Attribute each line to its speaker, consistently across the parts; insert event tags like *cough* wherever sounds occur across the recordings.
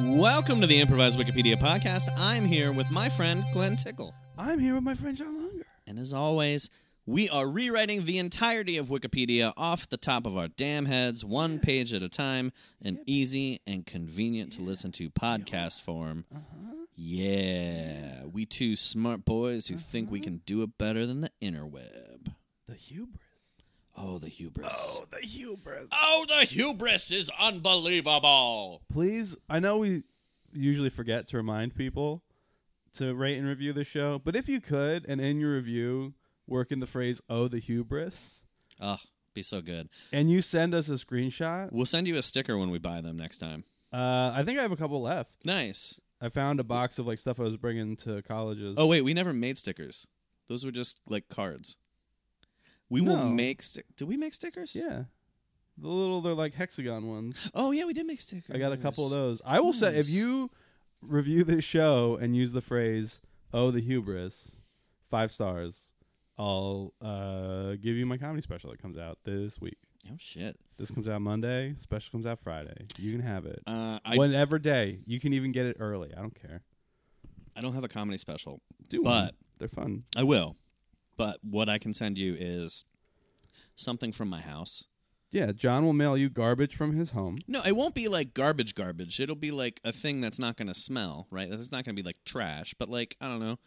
Speaker 1: Welcome to the Improvised Wikipedia podcast. I'm here with my friend Glenn Tickle.
Speaker 2: I'm here with my friend John Longer.
Speaker 1: And as always, we are rewriting the entirety of Wikipedia off the top of our damn heads, one page at a time, an easy and convenient to listen to podcast form. Uh-huh. Yeah, we two smart boys who think we can do it better than the interweb.
Speaker 2: The hubris.
Speaker 1: Oh, the hubris.
Speaker 2: the hubris.
Speaker 1: Oh, the hubris is unbelievable.
Speaker 2: Please, I know we usually forget to remind people to rate and review the show, but if you could, and in your review, work in the phrase "Oh, the hubris,"
Speaker 1: Oh, be so good.
Speaker 2: and you send us a screenshot.
Speaker 1: We'll send you a sticker when we buy them next time.
Speaker 2: Uh, I think I have a couple left.
Speaker 1: Nice.
Speaker 2: I found a box of like stuff I was bringing to colleges.
Speaker 1: Oh wait, we never made stickers. Those were just like cards. We will
Speaker 2: No.
Speaker 1: make. Sti- did we make stickers?
Speaker 2: yeah, the little they're like hexagon ones.
Speaker 1: Oh yeah, we did make stickers.
Speaker 2: I got a couple of those. I will say, if
Speaker 1: Nice.
Speaker 2: you review this show and use the phrase "Oh, the hubris," five stars, I'll uh, give you my comedy special that comes out this week.
Speaker 1: Oh shit.
Speaker 2: This comes out Monday. Special comes out Friday. You can have it
Speaker 1: Uh, I
Speaker 2: whenever day. You can even get it early. I don't care.
Speaker 1: I don't have a comedy special.
Speaker 2: Do
Speaker 1: But-
Speaker 2: one. they're fun.
Speaker 1: I will. But what I can send you is something from my house.
Speaker 2: Yeah, John will mail you garbage from his home.
Speaker 1: No, it won't be like garbage garbage. It'll be like a thing that's not going to smell, right? It's not going to be like trash, but like I don't know.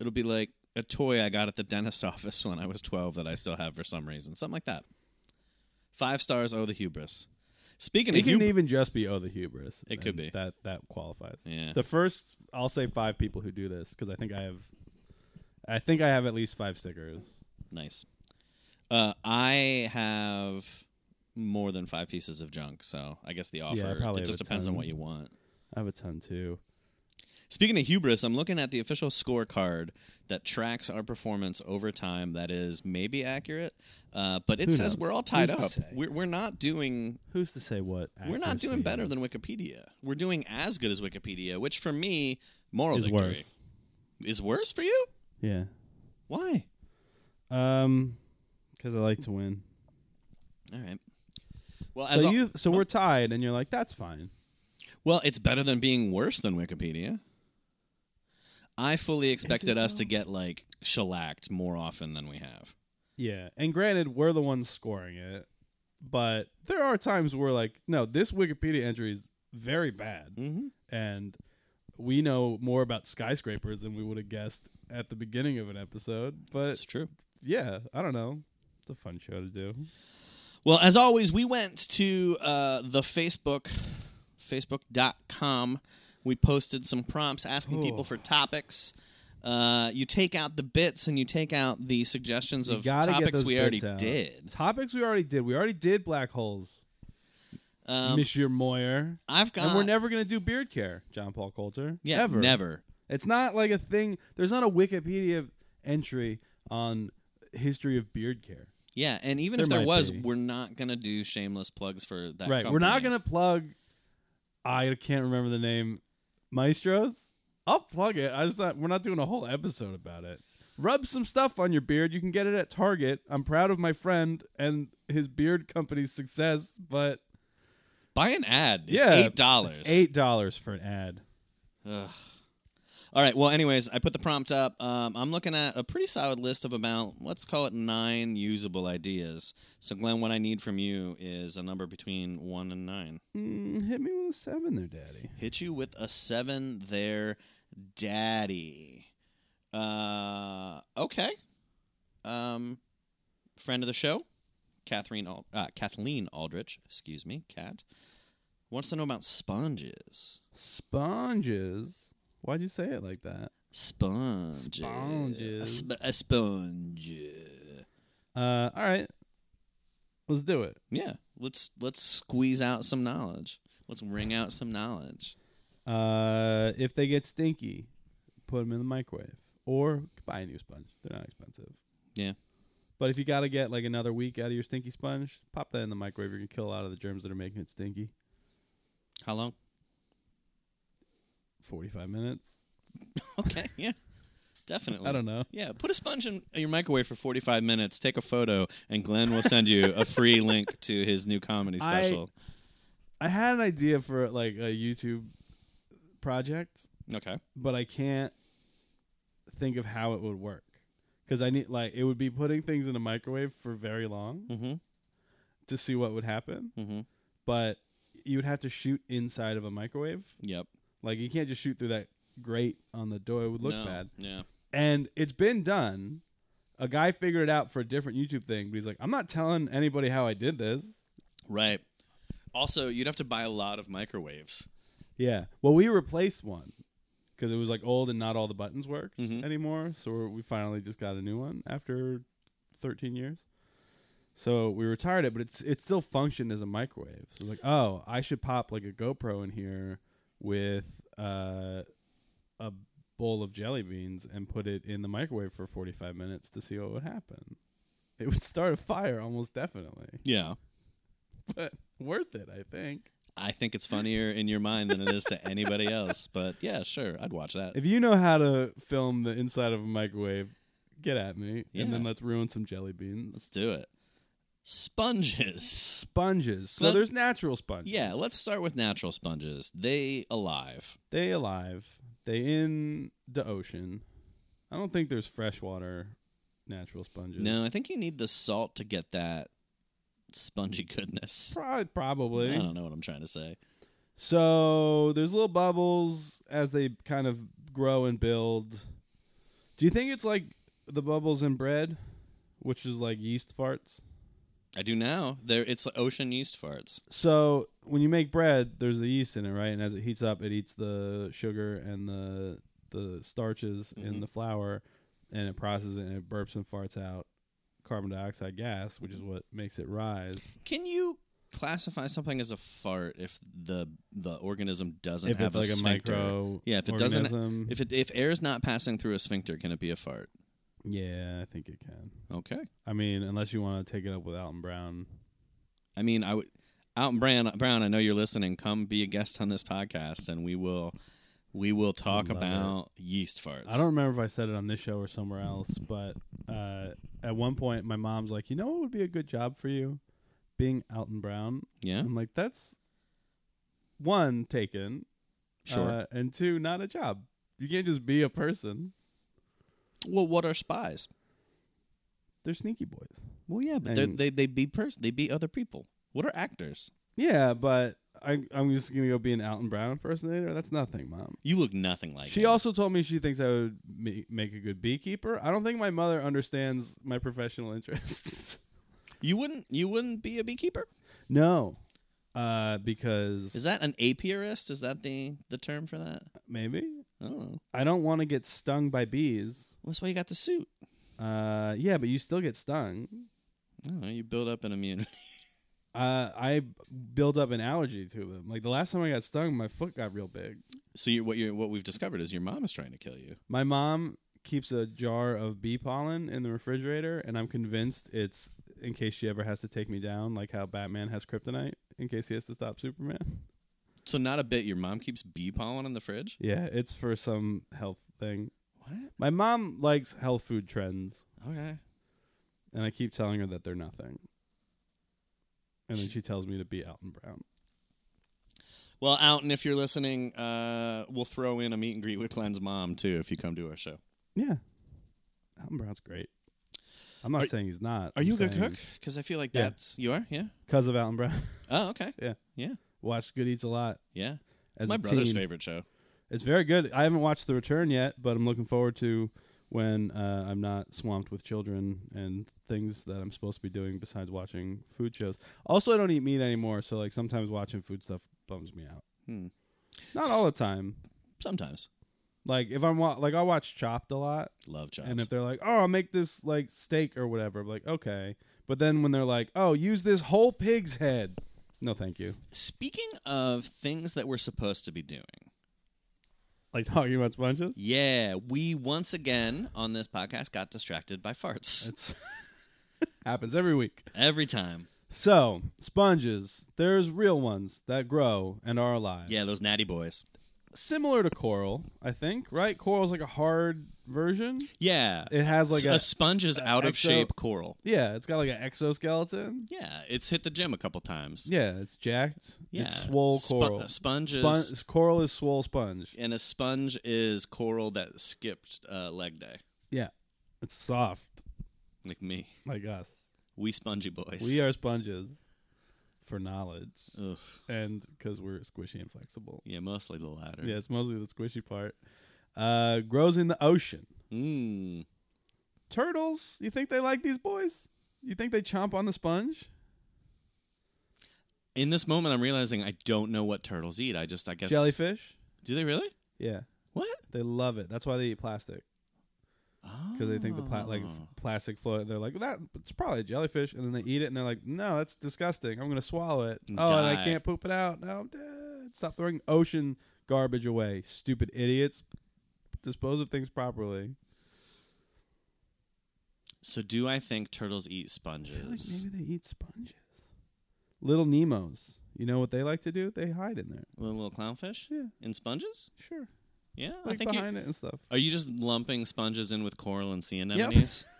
Speaker 1: It'll be like a toy I got at the dentist *laughs* office when I was 12 that I still have for some reason. Something like that. 5 stars oh the hubris. Speaking
Speaker 2: It
Speaker 1: of
Speaker 2: can
Speaker 1: hubris,
Speaker 2: even just be "Oh, the hubris."
Speaker 1: It could
Speaker 2: and
Speaker 1: be.
Speaker 2: that. That qualifies.
Speaker 1: yeah. *laughs*
Speaker 2: The first, I'll say five people who do this because I think I have, I think I have at least five stickers.
Speaker 1: Nice. Uh, I have more than 5 pieces of junk, so I guess the offer
Speaker 2: probably
Speaker 1: it
Speaker 2: have
Speaker 1: just
Speaker 2: a
Speaker 1: depends on
Speaker 2: ton.
Speaker 1: what you want.
Speaker 2: I have a ton too.
Speaker 1: Speaking of hubris, I'm looking at the official scorecard that tracks our performance over time. That is maybe accurate, uh, but it
Speaker 2: Who
Speaker 1: says
Speaker 2: knows?
Speaker 1: we're all tied
Speaker 2: Who's to
Speaker 1: up.
Speaker 2: say?
Speaker 1: We're, we're not doing
Speaker 2: Who's to say what?
Speaker 1: we're not
Speaker 2: accuracy
Speaker 1: doing better
Speaker 2: is-
Speaker 1: than Wikipedia. We're doing as good as Wikipedia, which for me, moral
Speaker 2: is
Speaker 1: victory
Speaker 2: worse.
Speaker 1: is worse for you.
Speaker 2: Yeah.
Speaker 1: Why?
Speaker 2: Um, because I like to win.
Speaker 1: All right. Well, as
Speaker 2: So
Speaker 1: al-
Speaker 2: you, so
Speaker 1: *laughs*
Speaker 2: we're tied, and you're like, that's fine.
Speaker 1: well, it's better than being worse than Wikipedia. I fully expected us to get like shellacked more often than we have.
Speaker 2: Yeah. And granted, we're the ones scoring it, but there are times where like, no, this Wikipedia entry is very bad.
Speaker 1: Mm-hmm.
Speaker 2: and we know more about skyscrapers than we would have guessed at the beginning of an episode. But
Speaker 1: It's true.
Speaker 2: yeah, I don't know. It's a fun show to do.
Speaker 1: Well, as always, we went to uh, the Facebook, facebook.com. We posted some prompts asking people
Speaker 2: Oh.
Speaker 1: for topics. Uh, you take out the bits and you take out the suggestions
Speaker 2: You
Speaker 1: of
Speaker 2: gotta get
Speaker 1: topics
Speaker 2: those
Speaker 1: we
Speaker 2: bits
Speaker 1: already
Speaker 2: out.
Speaker 1: did.
Speaker 2: Topics we already did. We already did black holes,
Speaker 1: Um,
Speaker 2: Monsieur Moyer,
Speaker 1: I've got.
Speaker 2: and we're never going to do beard care, John Paul Coulter.
Speaker 1: Yeah,
Speaker 2: ever.
Speaker 1: never.
Speaker 2: It's not like a thing. There's not a Wikipedia entry on history of beard care.
Speaker 1: Yeah, and even
Speaker 2: There
Speaker 1: if there
Speaker 2: might
Speaker 1: was,
Speaker 2: be.
Speaker 1: we're not going to do shameless plugs for that
Speaker 2: right. We're not
Speaker 1: company.
Speaker 2: going to plug. I can't remember the name. Maestros. I'll plug it. I just thought we're not doing a whole episode about it. Rub some stuff on your beard. You can get it at Target. I'm proud of my friend and his beard company's success, but
Speaker 1: Buy an ad. It's
Speaker 2: yeah,
Speaker 1: $8.
Speaker 2: it's Eight dollars for an ad.
Speaker 1: Ugh. All right. Well, anyways, I put the prompt up. Um, I'm looking at a pretty solid list of about let's call it nine usable ideas. So, Glenn, what I need from you is a number between one and nine.
Speaker 2: Mm, hit me with a seven, there, Daddy.
Speaker 1: Hit you with a seven there, daddy. Uh, okay. Um, friend of the show, Catherine Al- uh, Kathleen Aldrich. Excuse me, Kat. Wants to know about sponges.
Speaker 2: Sponges. Why'd you say it like that?
Speaker 1: Sponges. A,
Speaker 2: Sponges.
Speaker 1: sp- a sponge.
Speaker 2: Uh, all right, let's do it.
Speaker 1: Yeah. Let's let's squeeze out some knowledge. Let's wring out some knowledge.
Speaker 2: Uh, if they get stinky, put them in the microwave or buy a new sponge. They're not expensive.
Speaker 1: Yeah.
Speaker 2: But if you got to get like another week out of your stinky sponge, pop that in the microwave. You're gonna kill a lot of the germs that are making it stinky.
Speaker 1: How long? *laughs*
Speaker 2: Forty-five minutes.
Speaker 1: Okay. Yeah. Definitely.
Speaker 2: I don't know.
Speaker 1: Yeah, put a sponge in your microwave for 45 minutes, take a photo, and Glenn will send you a
Speaker 2: *laughs*
Speaker 1: free link to his new comedy
Speaker 2: I-
Speaker 1: special.
Speaker 2: I had an idea for like a YouTube project,
Speaker 1: Okay.
Speaker 2: but I can't think of how it would work because I need like it would be putting things in the microwave for very long
Speaker 1: Mm-hmm.
Speaker 2: to see what would happen,
Speaker 1: Mm-hmm.
Speaker 2: but you would have to shoot inside of a microwave.
Speaker 1: Yep.
Speaker 2: Like you can't just shoot through that grate on the door; it would look
Speaker 1: No.
Speaker 2: bad.
Speaker 1: Yeah.
Speaker 2: And it's been done. A guy figured it out for a different YouTube thing, but he's like, "I'm not telling anybody how I did this."
Speaker 1: Right. Also, you'd have to buy a lot of microwaves.
Speaker 2: Yeah. Well, we replaced one because it was like old and not all the buttons worked
Speaker 1: Mhm.
Speaker 2: anymore. So we're- we finally just got a new one after 13 years. So we retired it, but it's it still functioned as a microwave. So it's like, oh, I should pop like a GoPro in here with uh, a bowl of jelly beans and put it in the microwave for 45 minutes to see what would happen. It would start a fire almost definitely, *laughs*
Speaker 1: Yeah.
Speaker 2: but worth it, I think.
Speaker 1: I think it's funnier in your mind than it is to anybody else, but yeah, sure, I'd watch that.
Speaker 2: If you know how to film the inside of a microwave, get at me, and then
Speaker 1: Yeah.
Speaker 2: let's ruin some jelly beans.
Speaker 1: Let's do it. Sponges.
Speaker 2: Sponges. So
Speaker 1: But-
Speaker 2: there's natural sponges.
Speaker 1: Yeah, let's start with natural sponges. They alive.
Speaker 2: They alive. They in the ocean. I don't think there's freshwater natural sponges.
Speaker 1: No, I think you need the salt to get that spongy *laughs* goodness.
Speaker 2: Pro-
Speaker 1: I
Speaker 2: probably.
Speaker 1: don't know what I'm trying to say.
Speaker 2: So there's little bubbles as they kind of grow and build. Do you think it's like the bubbles in bread, which is like yeast farts?
Speaker 1: I do now. There, it's ocean yeast farts.
Speaker 2: So when you make bread, there's the yeast in it, right? And as it heats up, it eats the sugar and the the starches in
Speaker 1: Mhm.
Speaker 2: the flour, and it processes it and it burps and farts out carbon dioxide gas, which is what makes it rise.
Speaker 1: Can you classify something as a fart if the the organism doesn't
Speaker 2: if
Speaker 1: have
Speaker 2: it's like a
Speaker 1: sphincter?
Speaker 2: micro,
Speaker 1: Yeah, if it doesn't-
Speaker 2: organism.
Speaker 1: If it if air is not passing through a sphincter, can it be a fart?
Speaker 2: yeah, I think it can.
Speaker 1: Okay.
Speaker 2: I mean, unless you want to take it up with Alton Brown.
Speaker 1: I mean, I would. Out Brown, Brown, I know you're listening. Come be a guest on this podcast, and we will we will talk
Speaker 2: love it.
Speaker 1: about yeast farts.
Speaker 2: I don't remember if I said it on this show or somewhere
Speaker 1: Mm-hmm.
Speaker 2: else, but uh, at one point, my mom's like, "You know what would be a good job for you? Being Alton Brown."
Speaker 1: Yeah.
Speaker 2: I'm like, that's one taken,
Speaker 1: Sure.
Speaker 2: uh, and two, not a job. You can't just be a person.
Speaker 1: well, what are spies?
Speaker 2: They're sneaky boys.
Speaker 1: Well, yeah, but they're,
Speaker 2: And-
Speaker 1: they they be pers- they be other people. What are actors?
Speaker 2: Yeah, but I, I'm just gonna go be an Alton Brown impersonator. That's nothing, mom.
Speaker 1: You look nothing like.
Speaker 2: She
Speaker 1: him.
Speaker 2: also told me she thinks I would ma- make a good beekeeper. I don't think my mother understands my professional interests. *laughs*
Speaker 1: You wouldn't. You wouldn't be a beekeeper.
Speaker 2: no, uh, because
Speaker 1: Is that an apiarist? Is that the the term for that?
Speaker 2: maybe
Speaker 1: I don't know.
Speaker 2: I don't want to get stung by bees.
Speaker 1: That's why you got the suit.
Speaker 2: Uh, yeah, but you still get stung.
Speaker 1: I don't know, you build up an immunity. *laughs*
Speaker 2: uh, I build up an allergy to them. Like the last time I got stung, my foot got real big.
Speaker 1: So you, what you what we've discovered is your mom is trying to kill you.
Speaker 2: My mom keeps a jar of bee pollen in the refrigerator, and I'm convinced it's in case she ever has to take me down, like how Batman has kryptonite in case he has to stop Superman.
Speaker 1: So not a bit. Your mom keeps bee pollen in the fridge.
Speaker 2: Yeah, it's for some health thing.
Speaker 1: What?
Speaker 2: My mom likes health food trends,
Speaker 1: Okay.
Speaker 2: and I keep telling her that they're nothing. And then she tells me to be Alton Brown.
Speaker 1: Well, out and if you're listening, uh, we'll throw in a meet and greet with Glenn's mom too if you come to our show.
Speaker 2: Yeah. Alton Brown's great. I'm not
Speaker 1: Are-
Speaker 2: saying he's not.
Speaker 1: Are
Speaker 2: I'm
Speaker 1: you a good
Speaker 2: saying-
Speaker 1: cook? Because I feel like
Speaker 2: Yeah.
Speaker 1: that's you are. Yeah.
Speaker 2: Because of Alton Brown. *laughs*
Speaker 1: Oh, okay.
Speaker 2: Watched Good Eats a lot.
Speaker 1: Yeah.
Speaker 2: As
Speaker 1: It's my
Speaker 2: a
Speaker 1: brother's
Speaker 2: teen.
Speaker 1: favorite show.
Speaker 2: It's very good. I haven't watched The Return yet, but I'm looking forward to when uh, I'm not swamped with children and things that I'm supposed to be doing besides watching food shows. Also, I don't eat meat anymore, so like sometimes watching food stuff bums me out.
Speaker 1: Hmm.
Speaker 2: Not all the time.
Speaker 1: Sometimes
Speaker 2: Like if I'm wa- like I watch Chopped a lot,
Speaker 1: love jobs.
Speaker 2: and if they're like, "Oh, I'll make this like steak or whatever," I'm like, "Okay," but then when they're like, "Oh, use this whole pig's head," no, thank you.
Speaker 1: Speaking of things that we're supposed to be doing,
Speaker 2: Like talking about sponges.
Speaker 1: yeah, we once again on this podcast got distracted by farts
Speaker 2: It's *laughs* happens every week.
Speaker 1: every time.
Speaker 2: So, sponges, there's real ones that grow and are alive.
Speaker 1: Yeah, those natty boys.
Speaker 2: similar to coral, I think. Right? Coral's like a hard version.
Speaker 1: Yeah.
Speaker 2: It has like
Speaker 1: a,
Speaker 2: a
Speaker 1: sponge is out of
Speaker 2: exo-
Speaker 1: shape coral.
Speaker 2: yeah. It's got like an exoskeleton.
Speaker 1: Yeah, it's hit the gym a couple times.
Speaker 2: Yeah, it's jacked.
Speaker 1: Yeah.
Speaker 2: It's swole
Speaker 1: Spo- uh,
Speaker 2: coral.
Speaker 1: a sponge is
Speaker 2: Spon- coral is swole sponge.
Speaker 1: and a sponge is coral that skipped uh, leg day,
Speaker 2: Yeah, it's soft
Speaker 1: like me.
Speaker 2: like us.
Speaker 1: We spongy boys.
Speaker 2: We are sponges for knowledge
Speaker 1: Ugh.
Speaker 2: and because we're squishy and flexible.
Speaker 1: Yeah, mostly the latter.
Speaker 2: Yeah, it's mostly the squishy part. Uh, grows in the ocean.
Speaker 1: Mm.
Speaker 2: Turtles, you think they like these boys? You think they chomp on the sponge?
Speaker 1: In this moment, I'm realizing I don't know what turtles eat. I just, I guess,
Speaker 2: Jellyfish?
Speaker 1: Do they really?
Speaker 2: Yeah,
Speaker 1: What?
Speaker 2: they love it. That's why they eat plastic because they think the pla- like
Speaker 1: Oh.
Speaker 2: plastic float. They're like that. It's probably a jellyfish, and then they eat it, and they're like, "No, that's disgusting. I'm gonna swallow it.
Speaker 1: And
Speaker 2: oh, and
Speaker 1: die.
Speaker 2: I can't poop it out. No, I'm dead. Stop throwing ocean garbage away, stupid idiots. Dispose of things properly.
Speaker 1: So, do I think turtles eat
Speaker 2: I feel like
Speaker 1: sponges?
Speaker 2: maybe they eat sponges. Little Nemo's. You know what they like to do? They hide in there.
Speaker 1: Little, little clownfish
Speaker 2: Yeah.
Speaker 1: in sponges?
Speaker 2: Sure.
Speaker 1: Yeah,
Speaker 2: Like
Speaker 1: Oh, I think. You,
Speaker 2: behind it and stuff.
Speaker 1: are you just lumping sponges in with coral and sea anemones?
Speaker 2: *laughs*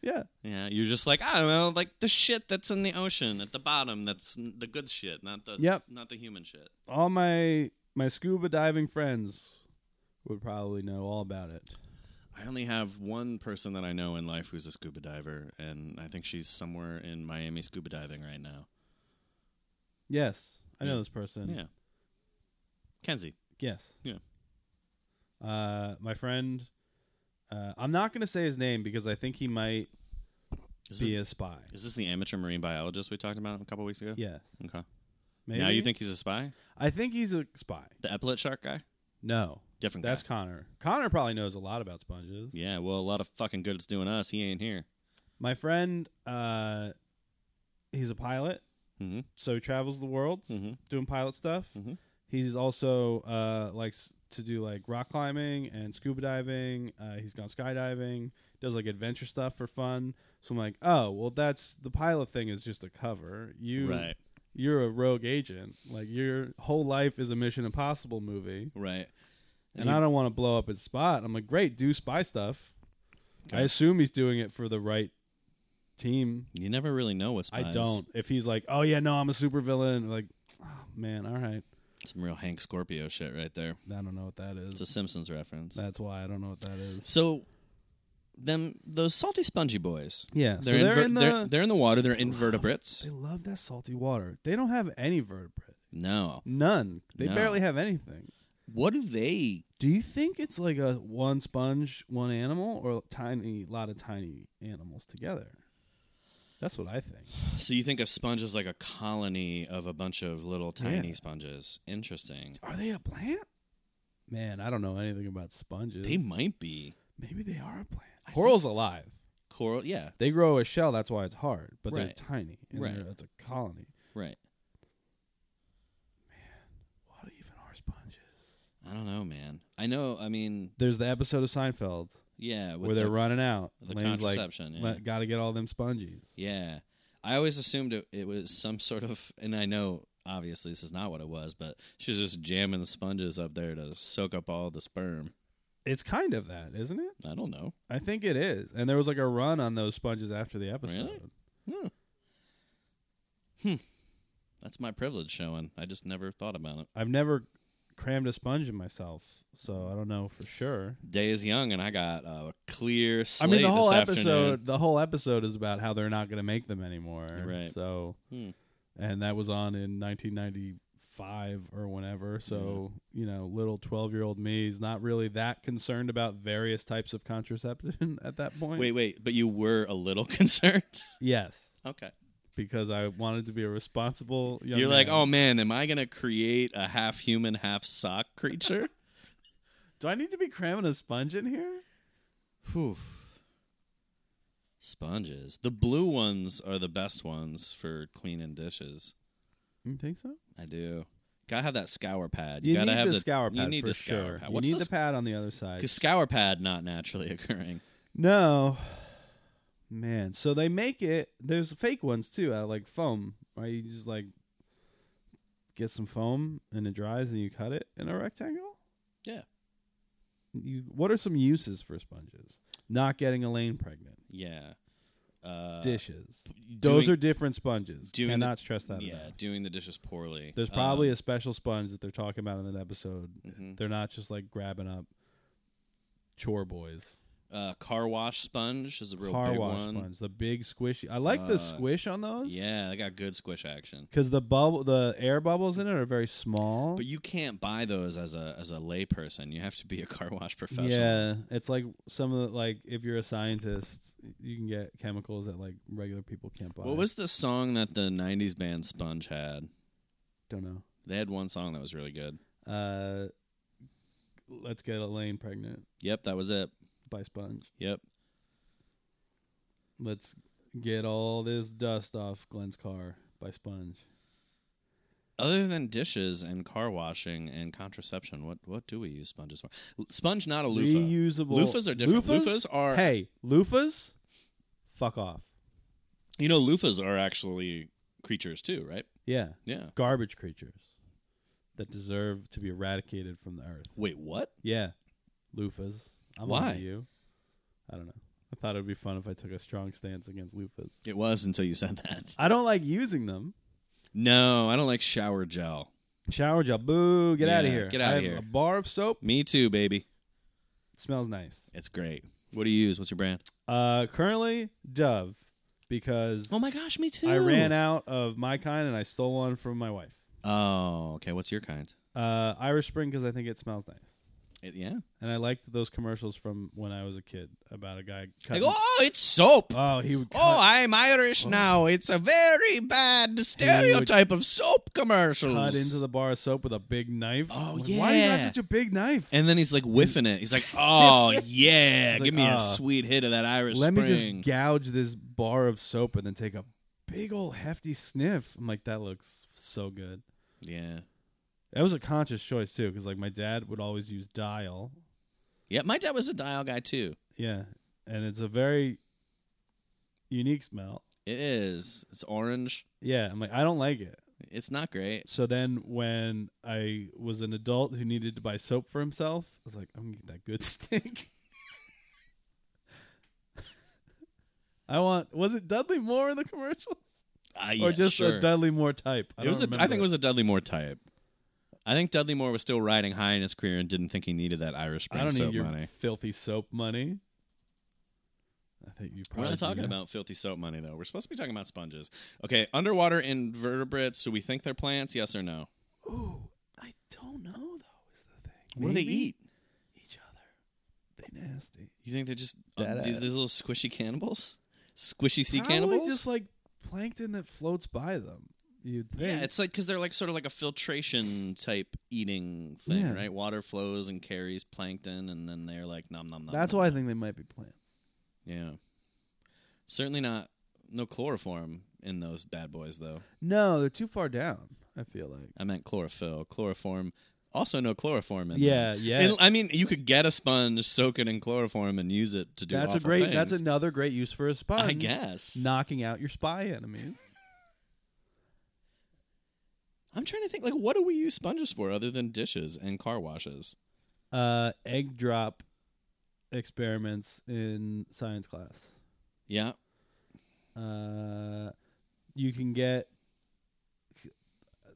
Speaker 2: Yeah.
Speaker 1: yeah, you're just like I don't know, like the shit that's in the ocean at the bottom. That's n- the good shit, not the
Speaker 2: Yep.
Speaker 1: not the human shit.
Speaker 2: All my my scuba diving friends would probably know all about it.
Speaker 1: I only have one person that I know in life who's a scuba diver, and I think she's somewhere in Miami scuba diving right now.
Speaker 2: Yes. I
Speaker 1: Yeah.
Speaker 2: know this person.
Speaker 1: Yeah, Kenzie.
Speaker 2: Yes.
Speaker 1: Yeah.
Speaker 2: Uh my friend uh I'm not gonna say his name because I think he might
Speaker 1: Is
Speaker 2: be
Speaker 1: this,
Speaker 2: a spy.
Speaker 1: is this the amateur marine biologist we talked about a couple weeks ago?
Speaker 2: Yes.
Speaker 1: Okay.
Speaker 2: Maybe
Speaker 1: Now you think he's a spy?
Speaker 2: I think he's a spy.
Speaker 1: The epaulet shark guy?
Speaker 2: No.
Speaker 1: Different
Speaker 2: That's
Speaker 1: guy.
Speaker 2: Connor. Connor probably knows a lot about sponges.
Speaker 1: Yeah, well, a lot of fucking good it's doing us. He ain't here.
Speaker 2: My friend, uh, he's a pilot,
Speaker 1: hmm
Speaker 2: so he travels the world
Speaker 1: hmm
Speaker 2: doing pilot stuff.
Speaker 1: Mhm.
Speaker 2: He's also uh, likes to do like rock climbing and scuba diving. Uh, he's gone skydiving, does like adventure stuff for fun. So I'm like, oh, well, that's the pilot thing is just a cover. You,
Speaker 1: Right,
Speaker 2: you're a rogue agent. Like your whole life is a Mission Impossible movie,
Speaker 1: right.
Speaker 2: and I don't want to blow up his spot. I'm like, great, do spy stuff. I
Speaker 1: Okay.
Speaker 2: assume he's doing it for the right team
Speaker 1: You never really know what's.
Speaker 2: I don't. If he's like, oh yeah, no, I'm a supervillain, like, oh, man, all right,
Speaker 1: Some real Hank Scorpio shit right there.
Speaker 2: I don't know what that
Speaker 1: It's a
Speaker 2: is.
Speaker 1: Simpsons reference.
Speaker 2: That's why I don't know what that is.
Speaker 1: so, them those salty spongy boys.
Speaker 2: Yeah,
Speaker 1: They're,
Speaker 2: so they're
Speaker 1: inver-
Speaker 2: in the.
Speaker 1: they're, they're in the water. They're invertebrates.
Speaker 2: they love that salty water. They don't have any vertebrate.
Speaker 1: No.
Speaker 2: None. They
Speaker 1: No.
Speaker 2: barely have anything.
Speaker 1: What do they?
Speaker 2: Do you think it's like a one sponge, one animal, or a tiny lot of tiny animals together? That's what I think.
Speaker 1: So you think a sponge is like a colony of a bunch of little tiny
Speaker 2: Yeah.
Speaker 1: sponges? Interesting.
Speaker 2: Are they a plant? Man, I don't know anything about sponges.
Speaker 1: They might be
Speaker 2: Maybe they are a plant.
Speaker 1: I think-
Speaker 2: Coral's alive.
Speaker 1: coral. Yeah.
Speaker 2: They grow a shell, that's why it's hard, but they're
Speaker 1: Right.
Speaker 2: tiny. And
Speaker 1: Right.
Speaker 2: they're, it's a colony.
Speaker 1: Right.
Speaker 2: What even are sponges?
Speaker 1: I don't know, man. I know. I mean,
Speaker 2: There's the episode of Seinfeld
Speaker 1: yeah. With
Speaker 2: where they're
Speaker 1: the,
Speaker 2: running out.
Speaker 1: the
Speaker 2: Lane's like,
Speaker 1: contraception. yeah.
Speaker 2: got to get all them sponges.
Speaker 1: Yeah. I always assumed it, it was some sort of, and I know obviously this is not what it was, but she was just jamming the sponges up there to soak up all the sperm.
Speaker 2: It's kind of that, isn't it?
Speaker 1: I don't know.
Speaker 2: I think it is. And there was like a run on those sponges after the episode.
Speaker 1: Really? Hmm. Hmm. That's my privilege showing. I just never thought about it.
Speaker 2: I've never crammed a sponge in myself, so I don't know for sure.
Speaker 1: Day is young, and I got a clear
Speaker 2: I
Speaker 1: slate
Speaker 2: mean, the whole
Speaker 1: this
Speaker 2: episode,
Speaker 1: afternoon.
Speaker 2: the whole episode is about how they're not going to make them anymore.
Speaker 1: Right.
Speaker 2: So,
Speaker 1: Hmm.
Speaker 2: and that was on in 1995 or whenever. So, you know, little 12 year old me is not really that concerned about various types of contraception *laughs* at that point.
Speaker 1: Wait, wait, but you were a little *laughs* concerned?
Speaker 2: Yes,
Speaker 1: okay.
Speaker 2: because I wanted to be a responsible. Young
Speaker 1: You're like,
Speaker 2: man.
Speaker 1: oh man, am I going to create a half human, half sock
Speaker 2: *laughs*
Speaker 1: creature?
Speaker 2: do I need to be cramming a sponge in here?
Speaker 1: Whew. Sponges. The blue ones are the best ones for cleaning dishes.
Speaker 2: You think so?
Speaker 1: I do. Gotta have that scour pad.
Speaker 2: You,
Speaker 1: You, gotta
Speaker 2: need
Speaker 1: have
Speaker 2: the,
Speaker 1: the,
Speaker 2: scour pad
Speaker 1: You need
Speaker 2: for
Speaker 1: the scour
Speaker 2: sure.
Speaker 1: pad.
Speaker 2: You
Speaker 1: What's
Speaker 2: need
Speaker 1: the
Speaker 2: the pad on the other side.
Speaker 1: Because scour pad not naturally *laughs* occurring.
Speaker 2: No. Man, so they make it. There's fake ones too, out of like foam. Right, you just like get some foam and it dries, and you cut it in a rectangle.
Speaker 1: Yeah.
Speaker 2: You, what are some uses for sponges? Not getting Elaine pregnant.
Speaker 1: Yeah. Uh,
Speaker 2: Dishes.
Speaker 1: doing-
Speaker 2: Those are different sponges.
Speaker 1: doing the-
Speaker 2: Cannot stress that
Speaker 1: yeah,
Speaker 2: enough.
Speaker 1: doing the dishes poorly.
Speaker 2: There's
Speaker 1: Um,
Speaker 2: probably a special sponge that they're talking about in that episode.
Speaker 1: mhm.
Speaker 2: They're not just like grabbing up chore boys.
Speaker 1: uh, car wash sponge is a real
Speaker 2: Car
Speaker 1: big
Speaker 2: wash
Speaker 1: one.
Speaker 2: sponge, the big squishy. I like the
Speaker 1: Uh,
Speaker 2: squish on those.
Speaker 1: Yeah, they got good squish action.
Speaker 2: because the bubble, the air bubbles in it are very small.
Speaker 1: But you can't buy those as a as a layperson. You have to be a car wash professional.
Speaker 2: yeah, it's like some of the like if you're a scientist, you can get chemicals that like regular people can't buy.
Speaker 1: What was the song that the '90s band Sponge had?
Speaker 2: don't know.
Speaker 1: They had one song that was really good.
Speaker 2: Uh, let's get Elaine pregnant
Speaker 1: Yep, that was it.
Speaker 2: by sponge.
Speaker 1: Yep.
Speaker 2: Let's get all this dust off Glenn's car by sponge.
Speaker 1: Other than dishes and car washing and contraception, what what do we use sponges for? L- Sponge, not a loofah.
Speaker 2: Reusable
Speaker 1: Loofahs are different. Loofahs, are
Speaker 2: hey loofahs. Fuck off.
Speaker 1: you know loofahs are actually creatures too, right?
Speaker 2: Yeah,
Speaker 1: Yeah.
Speaker 2: garbage creatures that deserve to be eradicated from the earth.
Speaker 1: Wait, what?
Speaker 2: Yeah, loofahs. I'm
Speaker 1: Why?
Speaker 2: onto you? I don't know. I thought it would be fun if I took a strong stance against loofahs.
Speaker 1: It was until you said that.
Speaker 2: I don't like using them.
Speaker 1: No, I don't like shower gel.
Speaker 2: Shower gel, boo! Get out of
Speaker 1: Yeah,
Speaker 2: here.
Speaker 1: get outta
Speaker 2: I have
Speaker 1: here.
Speaker 2: A bar of soap
Speaker 1: Me too, baby.
Speaker 2: It smells nice.
Speaker 1: It's great. What do you use? What's your brand?
Speaker 2: Uh, currently Dove because
Speaker 1: Oh my gosh, me too.
Speaker 2: I ran out of my kind and I stole one from my wife.
Speaker 1: Oh, okay. What's your kind?
Speaker 2: Uh, Irish Spring because I think it smells nice.
Speaker 1: It- yeah.
Speaker 2: And I liked those commercials from when I was a kid about a guy
Speaker 1: Like,
Speaker 2: cutting.
Speaker 1: oh, it's soap.
Speaker 2: oh, he would. Cut,
Speaker 1: Oh, I'm Irish now. It's a very bad stereotype of soap commercials.
Speaker 2: cut into the bar of soap with a big knife.
Speaker 1: Oh,
Speaker 2: Like, Why do you have
Speaker 1: yeah.
Speaker 2: such a big knife?
Speaker 1: and then he's like whiffing it. He's
Speaker 2: *laughs*
Speaker 1: like, "Oh yeah,
Speaker 2: He's like,
Speaker 1: give me a
Speaker 2: "Uh,
Speaker 1: sweet hit of that Irish
Speaker 2: Let me
Speaker 1: Spring."
Speaker 2: just gouge this bar of soap and then take a big old hefty sniff. I'm like, that looks so good.
Speaker 1: yeah,
Speaker 2: That was a conscious choice too, because like my dad would always use Dial.
Speaker 1: yeah. My dad was a dial guy too.
Speaker 2: Yeah, and it's a very unique smell.
Speaker 1: It is. It's orange.
Speaker 2: Yeah, I'm like, I don't like it.
Speaker 1: It's not great.
Speaker 2: So then, when I was an adult who needed to buy soap for himself, I was like, I'm gonna get that good *laughs* stink. I want. Was it Dudley Moore in the commercials,
Speaker 1: Uh, yeah,
Speaker 2: or just
Speaker 1: sure.
Speaker 2: a Dudley Moore type? I
Speaker 1: it was. A,
Speaker 2: don't
Speaker 1: I think it
Speaker 2: remember.
Speaker 1: was a Dudley Moore type. I think Dudley Moore was still riding high in his career and didn't think he needed that Irish Spring
Speaker 2: I don't
Speaker 1: soap
Speaker 2: need your
Speaker 1: money.
Speaker 2: filthy soap money. I think you.
Speaker 1: We're
Speaker 2: Probably
Speaker 1: not talking
Speaker 2: do.
Speaker 1: about filthy soap money though. We're supposed to be talking about sponges. Okay, underwater invertebrates. Do we think they're plants? Yes or no?
Speaker 2: Ooh, I don't know though. Is the thing.
Speaker 1: What do they
Speaker 2: Maybe
Speaker 1: eat?
Speaker 2: Each other. They nasty.
Speaker 1: You think they're just um,
Speaker 2: Deadass.
Speaker 1: these these little squishy cannibals? Squishy sea
Speaker 2: Probably
Speaker 1: cannibals?
Speaker 2: Just like plankton that floats by them. You'd think.
Speaker 1: yeah, it's like because they're like sort of like a filtration type eating thing,
Speaker 2: Yeah.
Speaker 1: right? Water flows and carries plankton, and then they're like nom nom nom.
Speaker 2: That's
Speaker 1: nom,
Speaker 2: why I
Speaker 1: nom.
Speaker 2: think they might be plants.
Speaker 1: Yeah, certainly not no chloroform in those bad boys though.
Speaker 2: No, they're too far down. I feel like.
Speaker 1: I meant chlorophyll, chloroform. Also, no chloroform in them.
Speaker 2: Yeah, yeah.
Speaker 1: And, I mean, you could get a sponge, soak it in chloroform, and use it to do.
Speaker 2: that's a
Speaker 1: awful
Speaker 2: great.
Speaker 1: Things.
Speaker 2: That's another great use for a sponge.
Speaker 1: I guess.
Speaker 2: knocking out your spy enemies.
Speaker 1: I'm trying to think. Like, what do we use sponges for other than dishes and car washes?
Speaker 2: *laughs* uh, egg drop experiments in science class.
Speaker 1: Yeah.
Speaker 2: Uh, you can get.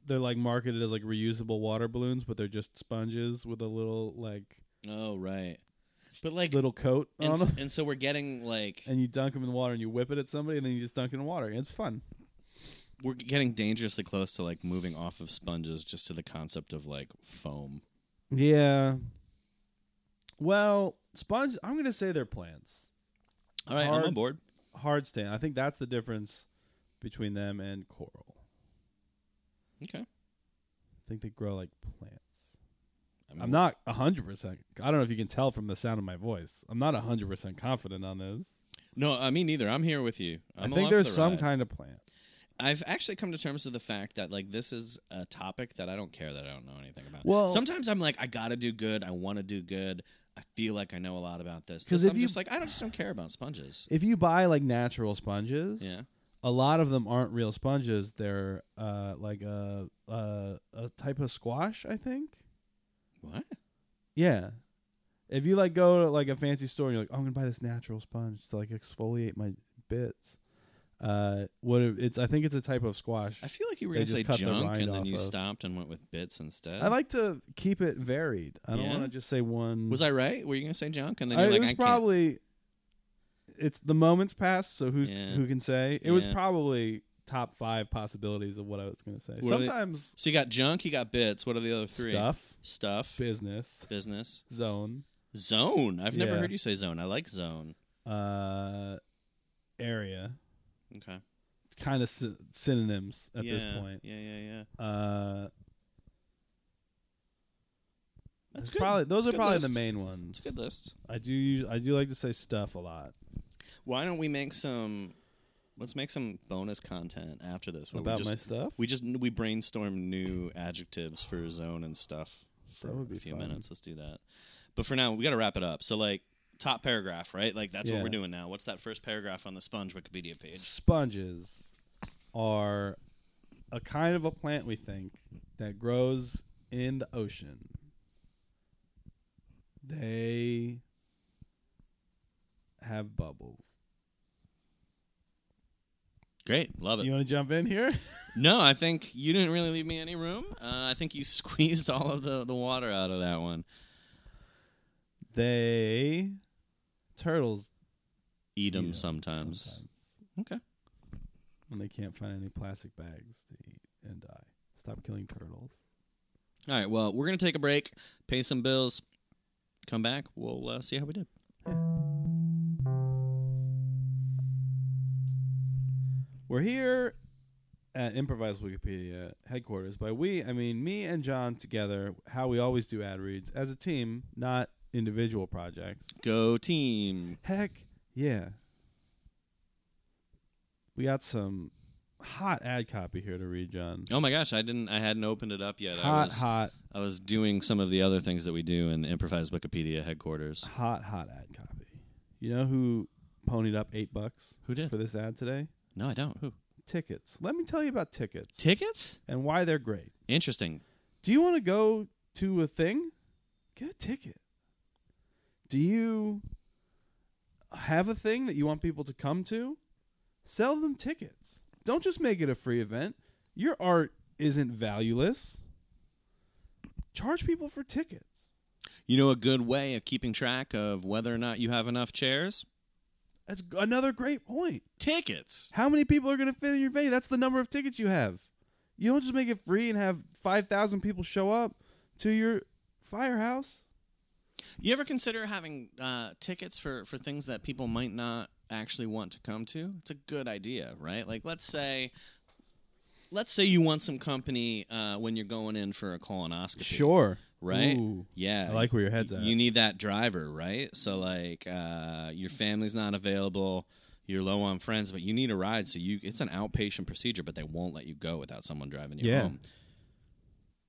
Speaker 2: They're like marketed as like reusable water balloons, but they're just sponges with a little like
Speaker 1: Oh right. But like,
Speaker 2: little coat
Speaker 1: and,
Speaker 2: on
Speaker 1: s-
Speaker 2: them. *laughs*
Speaker 1: and so we're getting like
Speaker 2: and you dunk them in the water and you whip it at somebody and then you just dunk it in water. It's fun.
Speaker 1: we're getting dangerously close to like moving off of sponges just to the concept of like foam.
Speaker 2: Yeah. Well, sponge. I'm gonna say they're plants.
Speaker 1: All right,
Speaker 2: Hard-
Speaker 1: I'm on board.
Speaker 2: Hard stand. I think that's the difference between them and coral.
Speaker 1: Okay.
Speaker 2: I think they grow like plants.
Speaker 1: I mean,
Speaker 2: I'm not hundred percent. I don't know if you can tell from the sound of my voice. I'm not hundred percent confident on this.
Speaker 1: No, I mean neither. I'm here with you.
Speaker 2: i
Speaker 1: I'm
Speaker 2: think
Speaker 1: along
Speaker 2: there's
Speaker 1: for the
Speaker 2: some
Speaker 1: ride.
Speaker 2: kind of plant.
Speaker 1: I've actually come to terms with the fact that like this is a topic that I don't care that I don't know anything about.
Speaker 2: Well-
Speaker 1: sometimes I'm like, I gotta do good. I want to do good. I feel like I know a lot about this.
Speaker 2: 'Cause
Speaker 1: This,
Speaker 2: if
Speaker 1: I'm
Speaker 2: you-
Speaker 1: just like, I don't just don't care about sponges.
Speaker 2: If you buy like natural sponges,
Speaker 1: Yeah.
Speaker 2: a lot of them aren't real sponges. They're uh, like a, a a type of squash, I think.
Speaker 1: What?
Speaker 2: Yeah. If you like go to like a fancy store and you're like, "Oh, I'm gonna buy this natural sponge to like exfoliate my bits. Uh, what it- it's I think it's a type of squash.
Speaker 1: I feel like you were
Speaker 2: They
Speaker 1: going to
Speaker 2: just
Speaker 1: say
Speaker 2: cut the
Speaker 1: junk,
Speaker 2: rind
Speaker 1: and then
Speaker 2: off
Speaker 1: you
Speaker 2: of-
Speaker 1: stopped and went with bits instead.
Speaker 2: I like to keep it varied. I don't
Speaker 1: Yeah?
Speaker 2: want to just say one.
Speaker 1: Was I right? Were you going to say junk, and then
Speaker 2: I-
Speaker 1: you're
Speaker 2: it
Speaker 1: like,
Speaker 2: was
Speaker 1: I can't.
Speaker 2: probably. It's the moments past, so who's
Speaker 1: Yeah.
Speaker 2: who can say? It was
Speaker 1: Yeah.
Speaker 2: probably top five possibilities of what I was gonna say.
Speaker 1: What are they-
Speaker 2: Sometimes
Speaker 1: So you got junk, you got bits. What are the other three?
Speaker 2: stuff,
Speaker 1: Stuff.
Speaker 2: business,
Speaker 1: Business.
Speaker 2: zone,
Speaker 1: Zone. I've never
Speaker 2: Yeah.
Speaker 1: heard you say zone. I like zone.
Speaker 2: uh, area,
Speaker 1: Okay.
Speaker 2: kind of sy- synonyms at this
Speaker 1: Yeah,
Speaker 2: point.
Speaker 1: Yeah, yeah, yeah.
Speaker 2: Uh,
Speaker 1: That's
Speaker 2: that's
Speaker 1: good.
Speaker 2: probably
Speaker 1: That's
Speaker 2: those are
Speaker 1: a good
Speaker 2: probably the
Speaker 1: list.
Speaker 2: main
Speaker 1: It's
Speaker 2: ones.
Speaker 1: a good list.
Speaker 2: I do use, I do like to say stuff a lot.
Speaker 1: Why don't we make some? Let's make some bonus content after this. Where
Speaker 2: About
Speaker 1: we just,
Speaker 2: my stuff?
Speaker 1: We just we brainstorm new adjectives for zone and stuff for
Speaker 2: That would
Speaker 1: a
Speaker 2: be
Speaker 1: few
Speaker 2: fun.
Speaker 1: minutes. Let's do that. But for now, we got to wrap it up. So like top paragraph, right? Like that's what
Speaker 2: Yeah.
Speaker 1: we're doing now. What's that first paragraph on the Sponge Wikipedia page?
Speaker 2: sponges are a kind of a plant we think that grows in the ocean. They have bubbles.
Speaker 1: Great, love it.
Speaker 2: You want to jump
Speaker 1: *laughs*
Speaker 2: in here?
Speaker 1: No, I think you didn't really leave me any room. Uh, I think you *laughs* squeezed all of the, the water out of that one.
Speaker 2: They turtles
Speaker 1: Eat them
Speaker 2: Yeah,
Speaker 1: sometimes.
Speaker 2: sometimes
Speaker 1: Okay.
Speaker 2: when they can't find any plastic bags to eat and die. Stop killing turtles.
Speaker 1: All right. Well, we're gonna take a break, pay some bills, come back. We'll uh, see how we did.
Speaker 2: We're here at Improvised Wikipedia headquarters. By we, I mean me and John together, how we always do ad reads as a team, not individual projects.
Speaker 1: Go team.
Speaker 2: Heck yeah. We got some hot ad copy here to read, John.
Speaker 1: Oh my gosh, I didn't. I hadn't opened it up yet. I
Speaker 2: Hot,
Speaker 1: was,
Speaker 2: hot,
Speaker 1: I was doing some of the other things that we do in improvised Wikipedia headquarters.
Speaker 2: hot, hot ad copy. You know who ponied up eight bucks
Speaker 1: Who did?
Speaker 2: for this ad today?
Speaker 1: No, I don't. Who?
Speaker 2: Tickets. Let me tell you about tickets
Speaker 1: Tickets?
Speaker 2: and why they're great.
Speaker 1: Interesting.
Speaker 2: Do you want to go to a thing? Get a ticket. Do you have a thing that you want people to come to? Sell them tickets. Don't just make it a free event. Your art isn't valueless. Charge people for tickets.
Speaker 1: You know a good way of keeping track of whether or not you have enough chairs?
Speaker 2: That's g- another great point.
Speaker 1: Tickets.
Speaker 2: How many people are going to fit in your venue? That's the number of tickets you have. You don't just make it free and have 5,000 people show up to your firehouse.
Speaker 1: You ever consider having uh, tickets for, for things that people might not actually want to come to? It's a good idea, right? Like, let's say, let's say you want some company uh, when you're going in for a colonoscopy.
Speaker 2: Sure.
Speaker 1: Right?
Speaker 2: Ooh.
Speaker 1: Yeah.
Speaker 2: I like where your head's at.
Speaker 1: You need that driver, right? So, like, uh, your family's not available. You're low on friends, but you need a ride. So you, it's an outpatient procedure, but they won't let you go without someone driving you
Speaker 2: Yeah.
Speaker 1: home.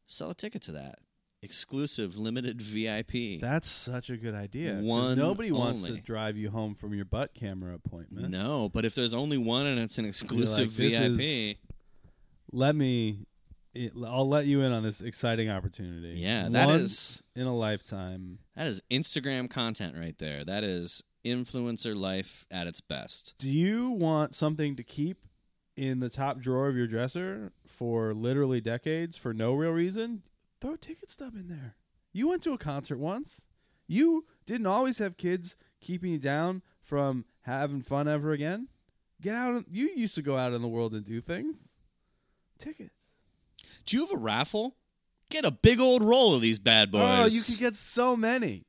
Speaker 1: Sell a ticket to that exclusive, limited VIP.
Speaker 2: That's such a good idea. 'cause
Speaker 1: One
Speaker 2: nobody wants to
Speaker 1: only.
Speaker 2: drive you home from your butt camera appointment.
Speaker 1: No, but if there's only one and it's an exclusive
Speaker 2: this is-
Speaker 1: VIP,
Speaker 2: Let me. It, I'll let you in on this exciting opportunity.
Speaker 1: Yeah, that
Speaker 2: Once
Speaker 1: is-
Speaker 2: in a lifetime.
Speaker 1: that is Instagram content right there. That is influencer life at its best.
Speaker 2: Do you want something to keep in the top drawer of your dresser for literally decades for no real reason? Throw a ticket stub in there. You went to a concert once. You didn't always have kids keeping you down from having fun ever again. Get out. You used to go out in the world and do things. Tickets.
Speaker 1: Do you have a raffle? Get a big old roll of these bad boys.
Speaker 2: Oh, you could get so many.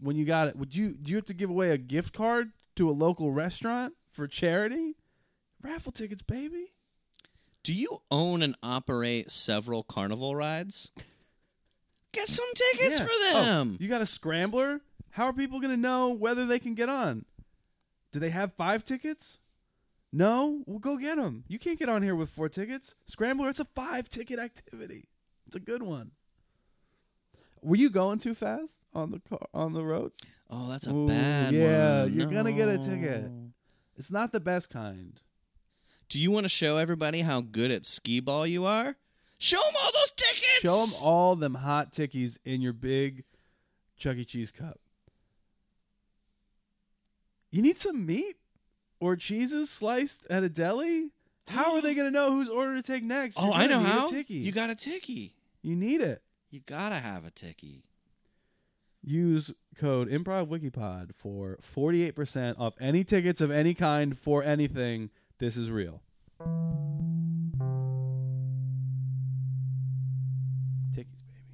Speaker 2: When you got it, would you do you have to give away a gift card to a local restaurant for charity? Raffle tickets, baby.
Speaker 1: Do you own and operate several carnival rides? Get some tickets
Speaker 2: Yeah.
Speaker 1: for
Speaker 2: Oh,
Speaker 1: them.
Speaker 2: you got a scrambler? How are people going to know whether they can get on? Do they have five tickets? No? Well, go get them. You can't get on here with four tickets. Scrambler, it's a five ticket activity. It's a good one. Were you going too fast on the car on the road?
Speaker 1: oh, that's a
Speaker 2: Ooh,
Speaker 1: bad
Speaker 2: yeah,
Speaker 1: one.
Speaker 2: you're gonna get a
Speaker 1: No.
Speaker 2: ticket. It's not the best kind.
Speaker 1: Do you want to show everybody how good at skee ball you are? Show them all those tickets.
Speaker 2: Show them all them hot tickies in your big Chuck E. Cheese cup. You need some meat or cheeses sliced at a deli. How are they going to know whose order to take next?
Speaker 1: Oh,
Speaker 2: You're
Speaker 1: I know
Speaker 2: gonna need a
Speaker 1: how.
Speaker 2: Tiki.
Speaker 1: You got a ticky.
Speaker 2: you need it.
Speaker 1: You gotta have a ticky.
Speaker 2: Use code ImprovWikipod for 48% off any tickets of any kind for anything. This is real. Tickets, baby.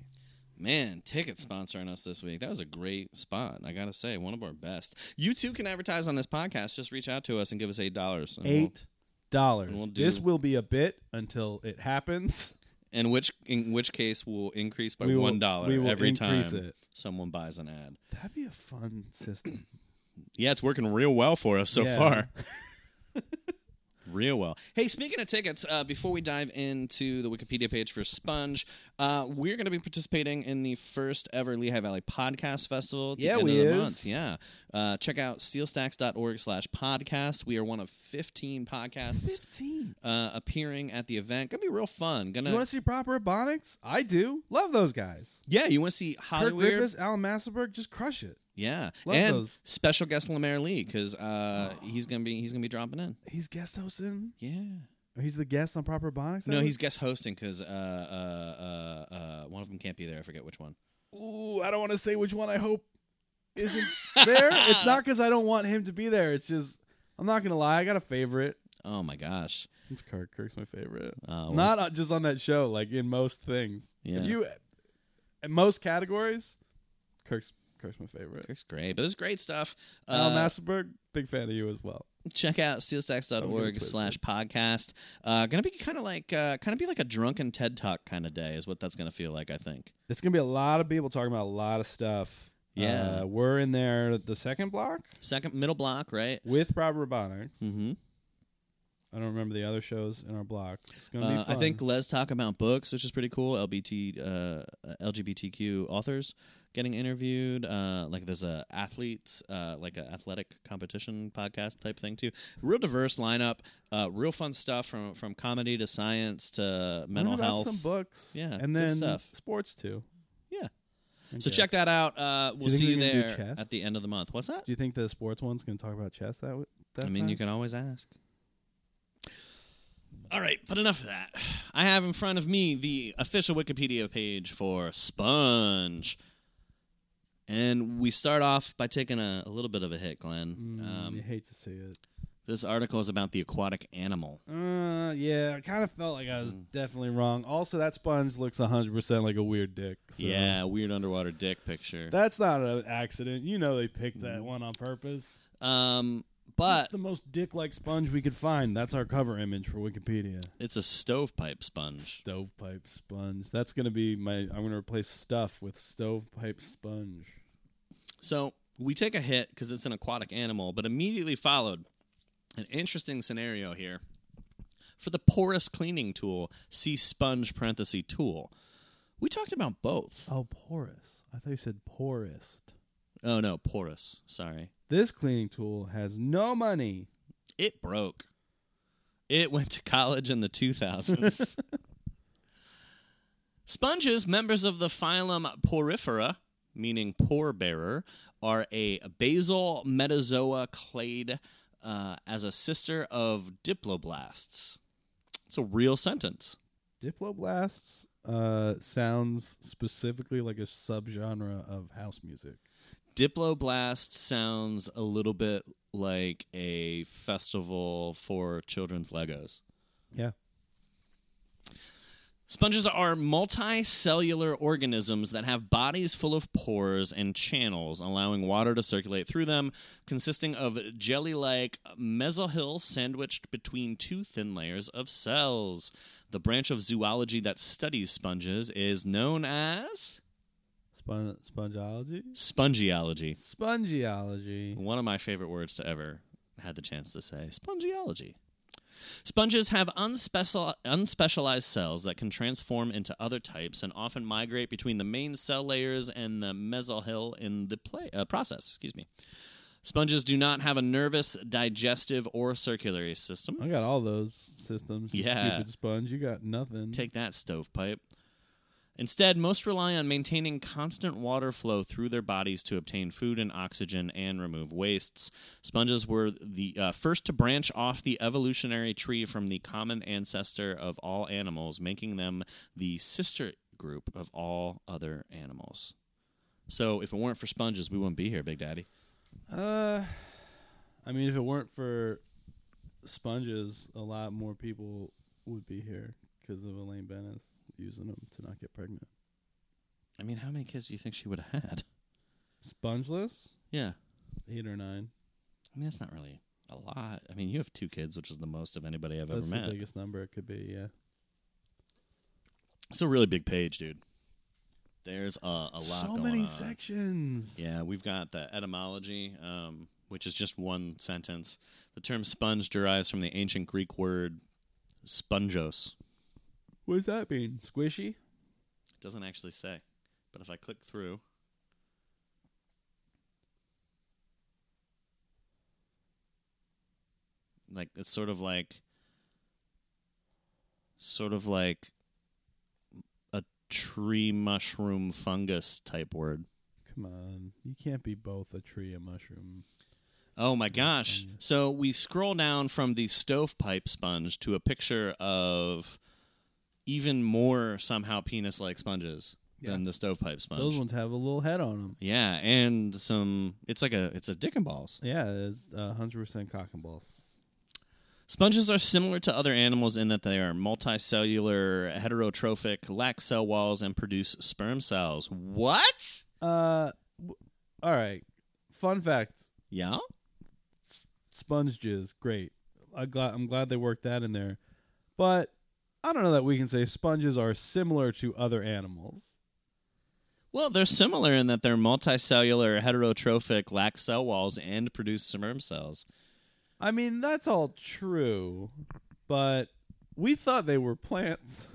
Speaker 1: Man, ticket sponsoring us this week. That was a great spot. I gotta say, one of our best. You too can advertise on this podcast. Just reach out to us and give us eight dollars.
Speaker 2: Eight dollars.
Speaker 1: and we'll do-
Speaker 2: This will be a bit until it happens.
Speaker 1: in which in which case we'll increase by
Speaker 2: We will-
Speaker 1: one dollar
Speaker 2: we will
Speaker 1: every time
Speaker 2: increase it.
Speaker 1: someone buys an ad.
Speaker 2: That'd be a fun system.
Speaker 1: Yeah, it's working real well for us so
Speaker 2: Yeah. *laughs*
Speaker 1: far. real well. Hey, speaking of tickets, uh, before we dive into the Wikipedia page for Sponge, uh, we're going to be participating in the first ever Lehigh Valley Podcast Festival. At the
Speaker 2: Yeah,
Speaker 1: end
Speaker 2: we
Speaker 1: of the
Speaker 2: is.
Speaker 1: month. Yeah. Uh, check out steelstacks.org slash podcast. We are one of 15 podcasts
Speaker 2: *clears throat* Fifteen.
Speaker 1: uh, appearing at the event. Gonna be real fun. Gonna
Speaker 2: You want to see proper Ebonics? I do. Love those guys.
Speaker 1: yeah. You want to see
Speaker 2: Kirk
Speaker 1: Hollywood?
Speaker 2: Griffiths, Alan Massenberg, just crush it.
Speaker 1: Yeah,
Speaker 2: Love
Speaker 1: and
Speaker 2: those.
Speaker 1: special guest Lemaire Lee because uh, he's gonna be he's gonna be dropping in.
Speaker 2: He's guest hosting.
Speaker 1: Yeah.
Speaker 2: Or He's the guest on proper Ebonics.
Speaker 1: No,
Speaker 2: I
Speaker 1: he's guest hosting because uh, uh, uh, uh, one of them can't be there. I forget which one.
Speaker 2: ooh, I don't want to say which one I hope *laughs* isn't there. It's not because I don't want him to be there. It's just I'm not gonna lie. I got a favorite.
Speaker 1: Oh my gosh!
Speaker 2: It's Kirk. Kirk's my favorite.
Speaker 1: Uh, well,
Speaker 2: not uh, just on that show. Like in most things.
Speaker 1: Yeah.
Speaker 2: If you in most categories, Kirk's Kirk's my favorite.
Speaker 1: Kirk's great, but it's great stuff.
Speaker 2: Al
Speaker 1: Uh,
Speaker 2: Massenberg, big fan of you as well.
Speaker 1: check out
Speaker 2: I'm gonna
Speaker 1: steelstacks.org
Speaker 2: twist
Speaker 1: slash podcast. Uh, gonna be kind of like uh, kind of be like a drunken TED Talk kind of day is what that's gonna feel like. I think.
Speaker 2: It's gonna be a lot of people talking about a lot of stuff.
Speaker 1: Yeah.
Speaker 2: Uh, we're in there the second block
Speaker 1: Second middle block, right?
Speaker 2: with proper Ebonics.
Speaker 1: Mm-hmm.
Speaker 2: I don't remember the other shows in our block. It's gonna be
Speaker 1: Uh, I
Speaker 2: fun.
Speaker 1: think Les talk about books, which is pretty cool. LBT, uh, LGBTQ authors getting interviewed. Uh, like there's a athletes, uh, like a athletic competition podcast type thing too. Real diverse lineup. Uh, real fun stuff from from comedy to science to mental
Speaker 2: Learn about
Speaker 1: health.
Speaker 2: some books,
Speaker 1: Yeah, good
Speaker 2: and then
Speaker 1: stuff.
Speaker 2: sports too.
Speaker 1: Yeah.
Speaker 2: I
Speaker 1: so
Speaker 2: guess.
Speaker 1: check that out. Uh, we'll
Speaker 2: think
Speaker 1: see
Speaker 2: we're
Speaker 1: you
Speaker 2: gonna do
Speaker 1: there
Speaker 2: chess?
Speaker 1: at the end of the month. What's that?
Speaker 2: Do you think the sports one's going to talk about chess that? w- that
Speaker 1: I mean, you
Speaker 2: time?
Speaker 1: can always ask. All right, but enough of that. I have in front of me the official Wikipedia page for Sponge. And we start off by taking a, a little bit of a hit, Glenn.
Speaker 2: Mm, you
Speaker 1: Um,
Speaker 2: hate to see it.
Speaker 1: this article is about the aquatic animal.
Speaker 2: Uh, yeah, I kind of felt like I
Speaker 1: Hmm.
Speaker 2: was definitely wrong. Also, that sponge looks 100% like a weird dick. So.
Speaker 1: Yeah, weird underwater dick picture.
Speaker 2: That's not an accident. You know they picked that one on purpose.
Speaker 1: Um, Hmm. but
Speaker 2: That's the most dick-like sponge we could find. That's our cover image for Wikipedia.
Speaker 1: it's a stovepipe sponge.
Speaker 2: Stovepipe sponge. That's going to be my. I'm going to replace stuff with stovepipe sponge.
Speaker 1: So we take a hit because it's an aquatic animal, but immediately followed an interesting scenario here. For the porous cleaning tool, see sponge parenthesis tool. We talked about both.
Speaker 2: Oh, porous. I thought you said poorest.
Speaker 1: Oh no, porous. Sorry.
Speaker 2: This cleaning tool has no money.
Speaker 1: It broke. It went to college in the 2000s. Sponges, members of the phylum Porifera, meaning pore bearer, are a basal metazoa clade uh, as a sister of diploblasts. It's a real sentence.
Speaker 2: Diploblasts uh, sounds specifically like a subgenre of house music.
Speaker 1: Diploblast sounds a little bit like a festival for children's Legos.
Speaker 2: Yeah.
Speaker 1: Sponges are multicellular organisms that have bodies full of pores and channels, allowing water to circulate through them, consisting of jelly like mesohyl sandwiched between two thin layers of cells. The branch of zoology that studies sponges is known as
Speaker 2: Spon- spongeology?
Speaker 1: spongiology.
Speaker 2: Spongeology.
Speaker 1: One of my favorite words to ever had the chance to say spongiology. Sponges have unspecial- unspecialized cells that can transform into other types and often migrate between the main cell layers and the mesohyl in the play- uh, process. Excuse me. Sponges do not have a nervous, digestive, or circulatory system.
Speaker 2: I got all those systems. you
Speaker 1: Yeah.
Speaker 2: Stupid sponge. You got nothing.
Speaker 1: Take that stovepipe. Instead, most rely on maintaining constant water flow through their bodies to obtain food and oxygen and remove wastes. Sponges were the uh, first to branch off the evolutionary tree from the common ancestor of all animals, making them the sister group of all other animals. So, if it weren't for sponges, we wouldn't be here, Big Daddy.
Speaker 2: Uh, I mean, if it weren't for sponges, a lot more people would be here because of Elaine Bennis using them to not get pregnant.
Speaker 1: I mean, how many kids do you think she would have had?
Speaker 2: Spongeless,
Speaker 1: Yeah.
Speaker 2: eight or nine.
Speaker 1: I mean, that's not really a lot. I mean, you have two kids, which is the most of anybody I've
Speaker 2: That's
Speaker 1: ever
Speaker 2: the
Speaker 1: met.
Speaker 2: biggest number it could be. Yeah,
Speaker 1: It's a really big page, dude. There's a, a lot.
Speaker 2: So
Speaker 1: going
Speaker 2: many
Speaker 1: on.
Speaker 2: sections.
Speaker 1: Yeah, we've got the etymology, um, which is just one sentence. The term sponge derives from the ancient Greek word spongios.
Speaker 2: What does that mean? Squishy.
Speaker 1: It doesn't actually say, but if I click through, like it's sort of like, sort of like a tree mushroom fungus type word.
Speaker 2: Come on, you can't be both a tree and mushroom.
Speaker 1: Oh my gosh. So we scroll down from the stovepipe sponge to a picture of even more somehow penis like sponges than the stovepipe sponge.
Speaker 2: Those ones have a little head on them.
Speaker 1: Yeah, and some it's like a it's a dick and balls.
Speaker 2: Yeah, it's hundred percent cock and balls.
Speaker 1: Sponges are similar to other animals in that they are multicellular, heterotrophic, lack cell walls, and produce sperm cells. What?
Speaker 2: Uh, w- all right. Fun fact:
Speaker 1: Yeah?
Speaker 2: sponge jizz, great. I glad, I'm glad they worked that in there, but I don't know that we can say sponges are similar to other animals.
Speaker 1: Well, they're similar in that they're multicellular, heterotrophic, lack cell walls, and produce sperm cells.
Speaker 2: I mean, that's all true, but we thought they were plants.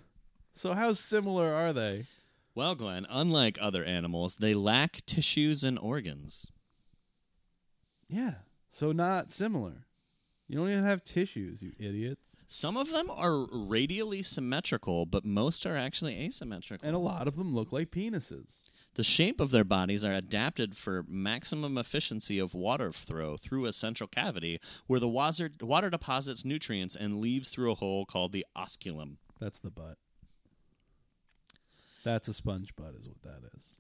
Speaker 2: So how similar are they?
Speaker 1: Well, Glenn, unlike other animals, they lack tissues and organs.
Speaker 2: Yeah. So not similar. You don't even have tissues, you idiots.
Speaker 1: Some of them are radially symmetrical, but most are actually asymmetrical.
Speaker 2: And a lot of them look like penises.
Speaker 1: The shape of their bodies are adapted for maximum efficiency of water throw through a central cavity where the wazer- water deposits nutrients and leaves through a hole called the osculum.
Speaker 2: That's the butt. That's a sponge butt, is what that is.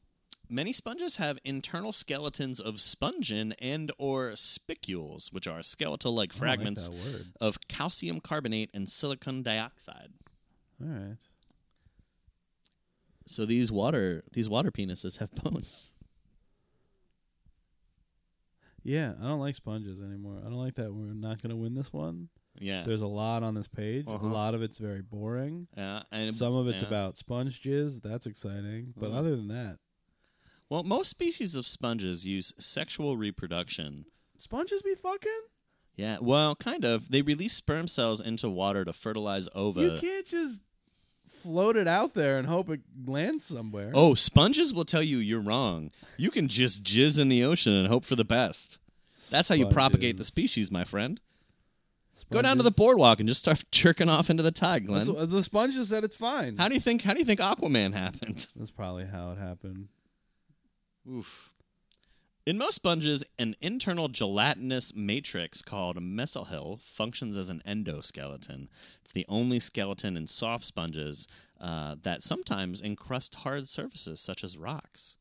Speaker 1: Many sponges have internal skeletons of spongin and or spicules, which are skeletal-like
Speaker 2: Oh, I don't like
Speaker 1: fragments
Speaker 2: that word.
Speaker 1: of calcium carbonate and silicon dioxide.
Speaker 2: All right.
Speaker 1: So these water these water penises have bones.
Speaker 2: Yeah, I don't like sponges anymore. I don't like that we're not going to win this one.
Speaker 1: Yeah.
Speaker 2: There's a lot on this page.
Speaker 1: Uh-huh.
Speaker 2: A lot of it's very boring.
Speaker 1: Yeah, Uh, and
Speaker 2: Some of it's
Speaker 1: yeah.
Speaker 2: about sponge jizz. That's exciting. But
Speaker 1: Mhm.
Speaker 2: other than that,
Speaker 1: Well, most species of sponges use sexual reproduction.
Speaker 2: sponges be fucking?
Speaker 1: Yeah, well, kind of. They release sperm cells into water to fertilize ova.
Speaker 2: you can't just float it out there and hope it lands somewhere.
Speaker 1: Oh, sponges will tell you you're wrong. You can just jizz in the ocean and hope for the best. That's how you propagate the
Speaker 2: Sponges.
Speaker 1: species, my friend. Go down to the
Speaker 2: Sponges-
Speaker 1: boardwalk and just start *laughs* jerking off into the tide, Glenn.
Speaker 2: That's- The sponges said it's fine.
Speaker 1: How do you think? How do you think Aquaman happened?
Speaker 2: That's probably how it happened.
Speaker 1: Oof. In most sponges, an internal gelatinous matrix called mesohyl functions as an endoskeleton. It's the only skeleton in soft sponges uh, that sometimes encrust hard surfaces such as rocks.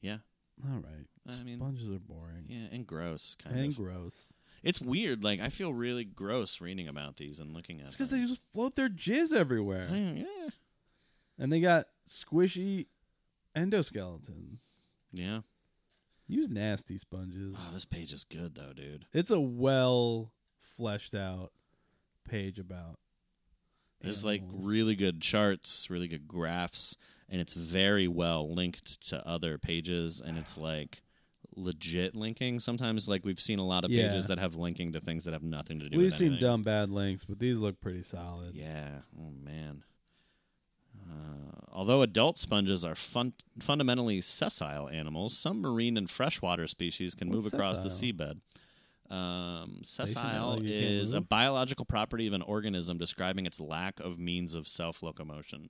Speaker 1: Yeah,
Speaker 2: All right.
Speaker 1: I mean-
Speaker 2: sponges are boring
Speaker 1: yeah, and gross kind
Speaker 2: and
Speaker 1: of.
Speaker 2: gross.
Speaker 1: it's weird. Like I feel really gross reading about these and looking at.
Speaker 2: It's because
Speaker 1: them.
Speaker 2: they just float their jizz everywhere,
Speaker 1: I- yeah,
Speaker 2: and they got squishy endoskeletons.
Speaker 1: yeah.
Speaker 2: Use nasty
Speaker 1: *sighs*
Speaker 2: sponges.
Speaker 1: Oh, this page is good though, dude.
Speaker 2: It's a well fleshed out page about.
Speaker 1: There's like
Speaker 2: animals.
Speaker 1: really good charts, really good graphs, and it's very well linked to other pages, and it's like legit linking. Sometimes, like we've seen a lot of
Speaker 2: Yeah.
Speaker 1: pages that have linking to things that have nothing to do.
Speaker 2: We've
Speaker 1: with
Speaker 2: seen
Speaker 1: anything.
Speaker 2: dumb bad links, but these look pretty solid.
Speaker 1: Yeah. Oh man. Uh, although adult sponges are fun- fundamentally sessile animals, some marine and freshwater species can
Speaker 2: What's
Speaker 1: move across
Speaker 2: sessile?
Speaker 1: the seabed. Um,
Speaker 2: should not
Speaker 1: sessile
Speaker 2: let you can't
Speaker 1: is a
Speaker 2: move?
Speaker 1: biological property of an organism describing its lack of means of self locomotion.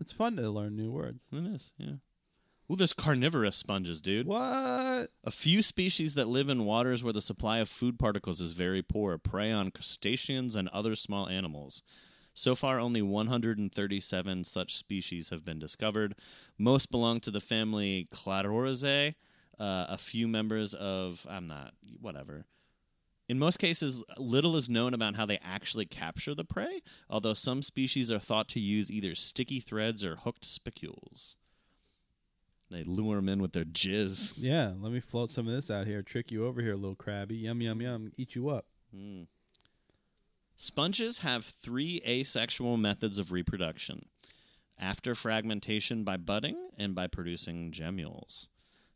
Speaker 2: It's fun to learn new words.
Speaker 1: It is, yeah. Ooh, there's carnivorous sponges, dude.
Speaker 2: What?
Speaker 1: A few species that live in waters where the supply of food particles is very poor prey on crustaceans and other small animals. So far, only 137 such species have been discovered. Most belong to the family Cladorizae. Uh, a few members of I'm not whatever. In most cases, little is known about how they actually capture the prey, although some species are thought to use either sticky threads or hooked spicules. They lure them in with their jizz.
Speaker 2: Yeah, let me float some of this out here. Trick you over here, little crabby. Yum, yum, yum. Eat you up.
Speaker 1: Mm. Sponges have three asexual methods of reproduction after fragmentation by budding and by producing gemmules.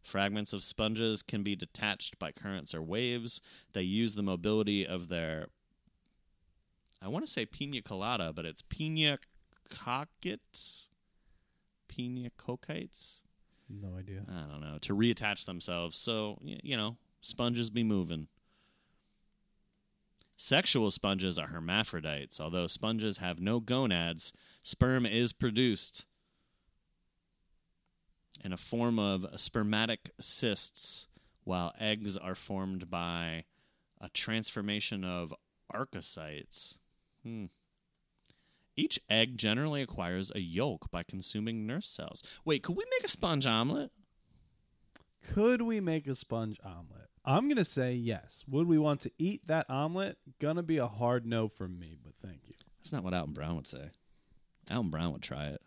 Speaker 1: Fragments of sponges can be detached by currents or waves. They use the mobility of their, I want to say pina colada, but it's pina cockets? Pina coquites?
Speaker 2: No idea.
Speaker 1: I don't know, to reattach themselves. So, y- you know, sponges be moving. Sexual sponges are hermaphrodites. Although sponges have no gonads, sperm is produced in a form of spermatic cysts, while eggs are formed by a transformation of archocytes. Hmm. Each egg generally acquires a yolk by consuming nurse cells. Wait, could we make a sponge omelet?
Speaker 2: Could we make a sponge omelet? I'm going to say yes. Would we want to eat that omelet? Gonna be a hard no from me, but thank you.
Speaker 1: That's not what Alton Brown would say. Alton Brown would try it.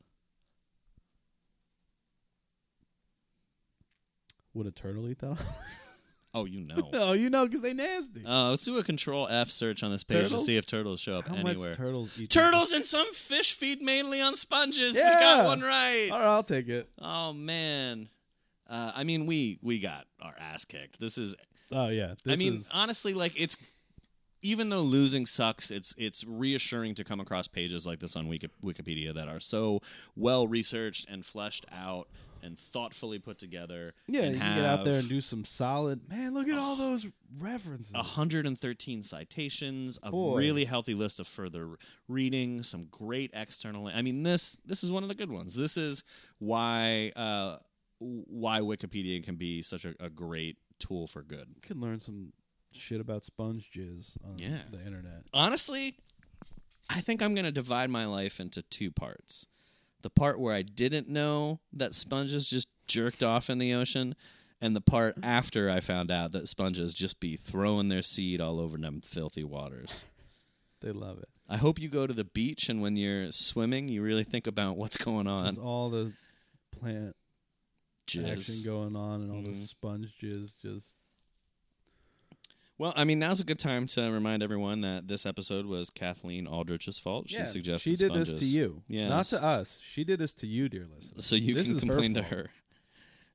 Speaker 2: Would a turtle eat that omelet?
Speaker 1: Oh, you *laughs* know.
Speaker 2: *laughs* no, you know, because they nasty.
Speaker 1: Uh, let's do a control F search on this page
Speaker 2: Turtles?
Speaker 1: to see if turtles show up
Speaker 2: How
Speaker 1: anywhere.
Speaker 2: much turtles eat?
Speaker 1: turtles and some fish feed mainly on sponges. We
Speaker 2: Yeah.
Speaker 1: got one right.
Speaker 2: All right, I'll take it.
Speaker 1: Oh man. Uh, I mean, we we got our ass kicked. This is.
Speaker 2: Oh, yeah. This
Speaker 1: I mean,
Speaker 2: is-
Speaker 1: honestly, like it's. Even though losing sucks, it's it's reassuring to come across pages like this on Wiki- Wikipedia that are so well researched and fleshed out and thoughtfully put together.
Speaker 2: yeah,
Speaker 1: and
Speaker 2: you can get out there
Speaker 1: have-
Speaker 2: and do some solid. Man, look at all those references.
Speaker 1: 113 citations, a
Speaker 2: Boy.
Speaker 1: really healthy list of further reading, some great external. I mean, this this is one of the good ones. This is why uh, why Wikipedia can be such a, a great tool for good.
Speaker 2: You can learn some shit about sponge jizz on
Speaker 1: Yeah.
Speaker 2: the internet.
Speaker 1: Honestly, I think I'm going to divide my life into two parts. The part where I didn't know that sponges just jerked off in the ocean, and the part after I found out that sponges just be throwing their seed all over them filthy waters.
Speaker 2: They love it.
Speaker 1: I hope you go to the beach and when you're swimming, you really think about what's going on.
Speaker 2: There's all the plant action
Speaker 1: Jizz.
Speaker 2: going on and all the
Speaker 1: Mhm.
Speaker 2: sponge jizz just
Speaker 1: Well, I mean, now's a good time to remind everyone that this episode was Kathleen Aldrich's fault. She suggested
Speaker 2: she did
Speaker 1: sponges.
Speaker 2: this to you not
Speaker 1: Yes.
Speaker 2: to us she did this to you dear listener
Speaker 1: So you
Speaker 2: This
Speaker 1: can
Speaker 2: is her
Speaker 1: complain
Speaker 2: fault.
Speaker 1: to her.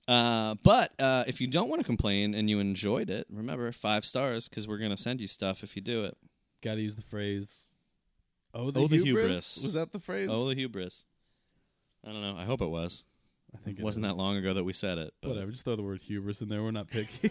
Speaker 1: Uh, but uh, if you don't want to complain and you enjoyed it, remember five stars because we're gonna send you stuff if you do it.
Speaker 2: gotta use the phrase oh the,
Speaker 1: Oh, the
Speaker 2: hubris?
Speaker 1: hubris.
Speaker 2: was that the phrase
Speaker 1: Oh, the hubris! I don't know. I hope it was.
Speaker 2: i think
Speaker 1: It wasn't
Speaker 2: is.
Speaker 1: that long ago that we said it. But
Speaker 2: whatever just throw the word hubris in there we're not picky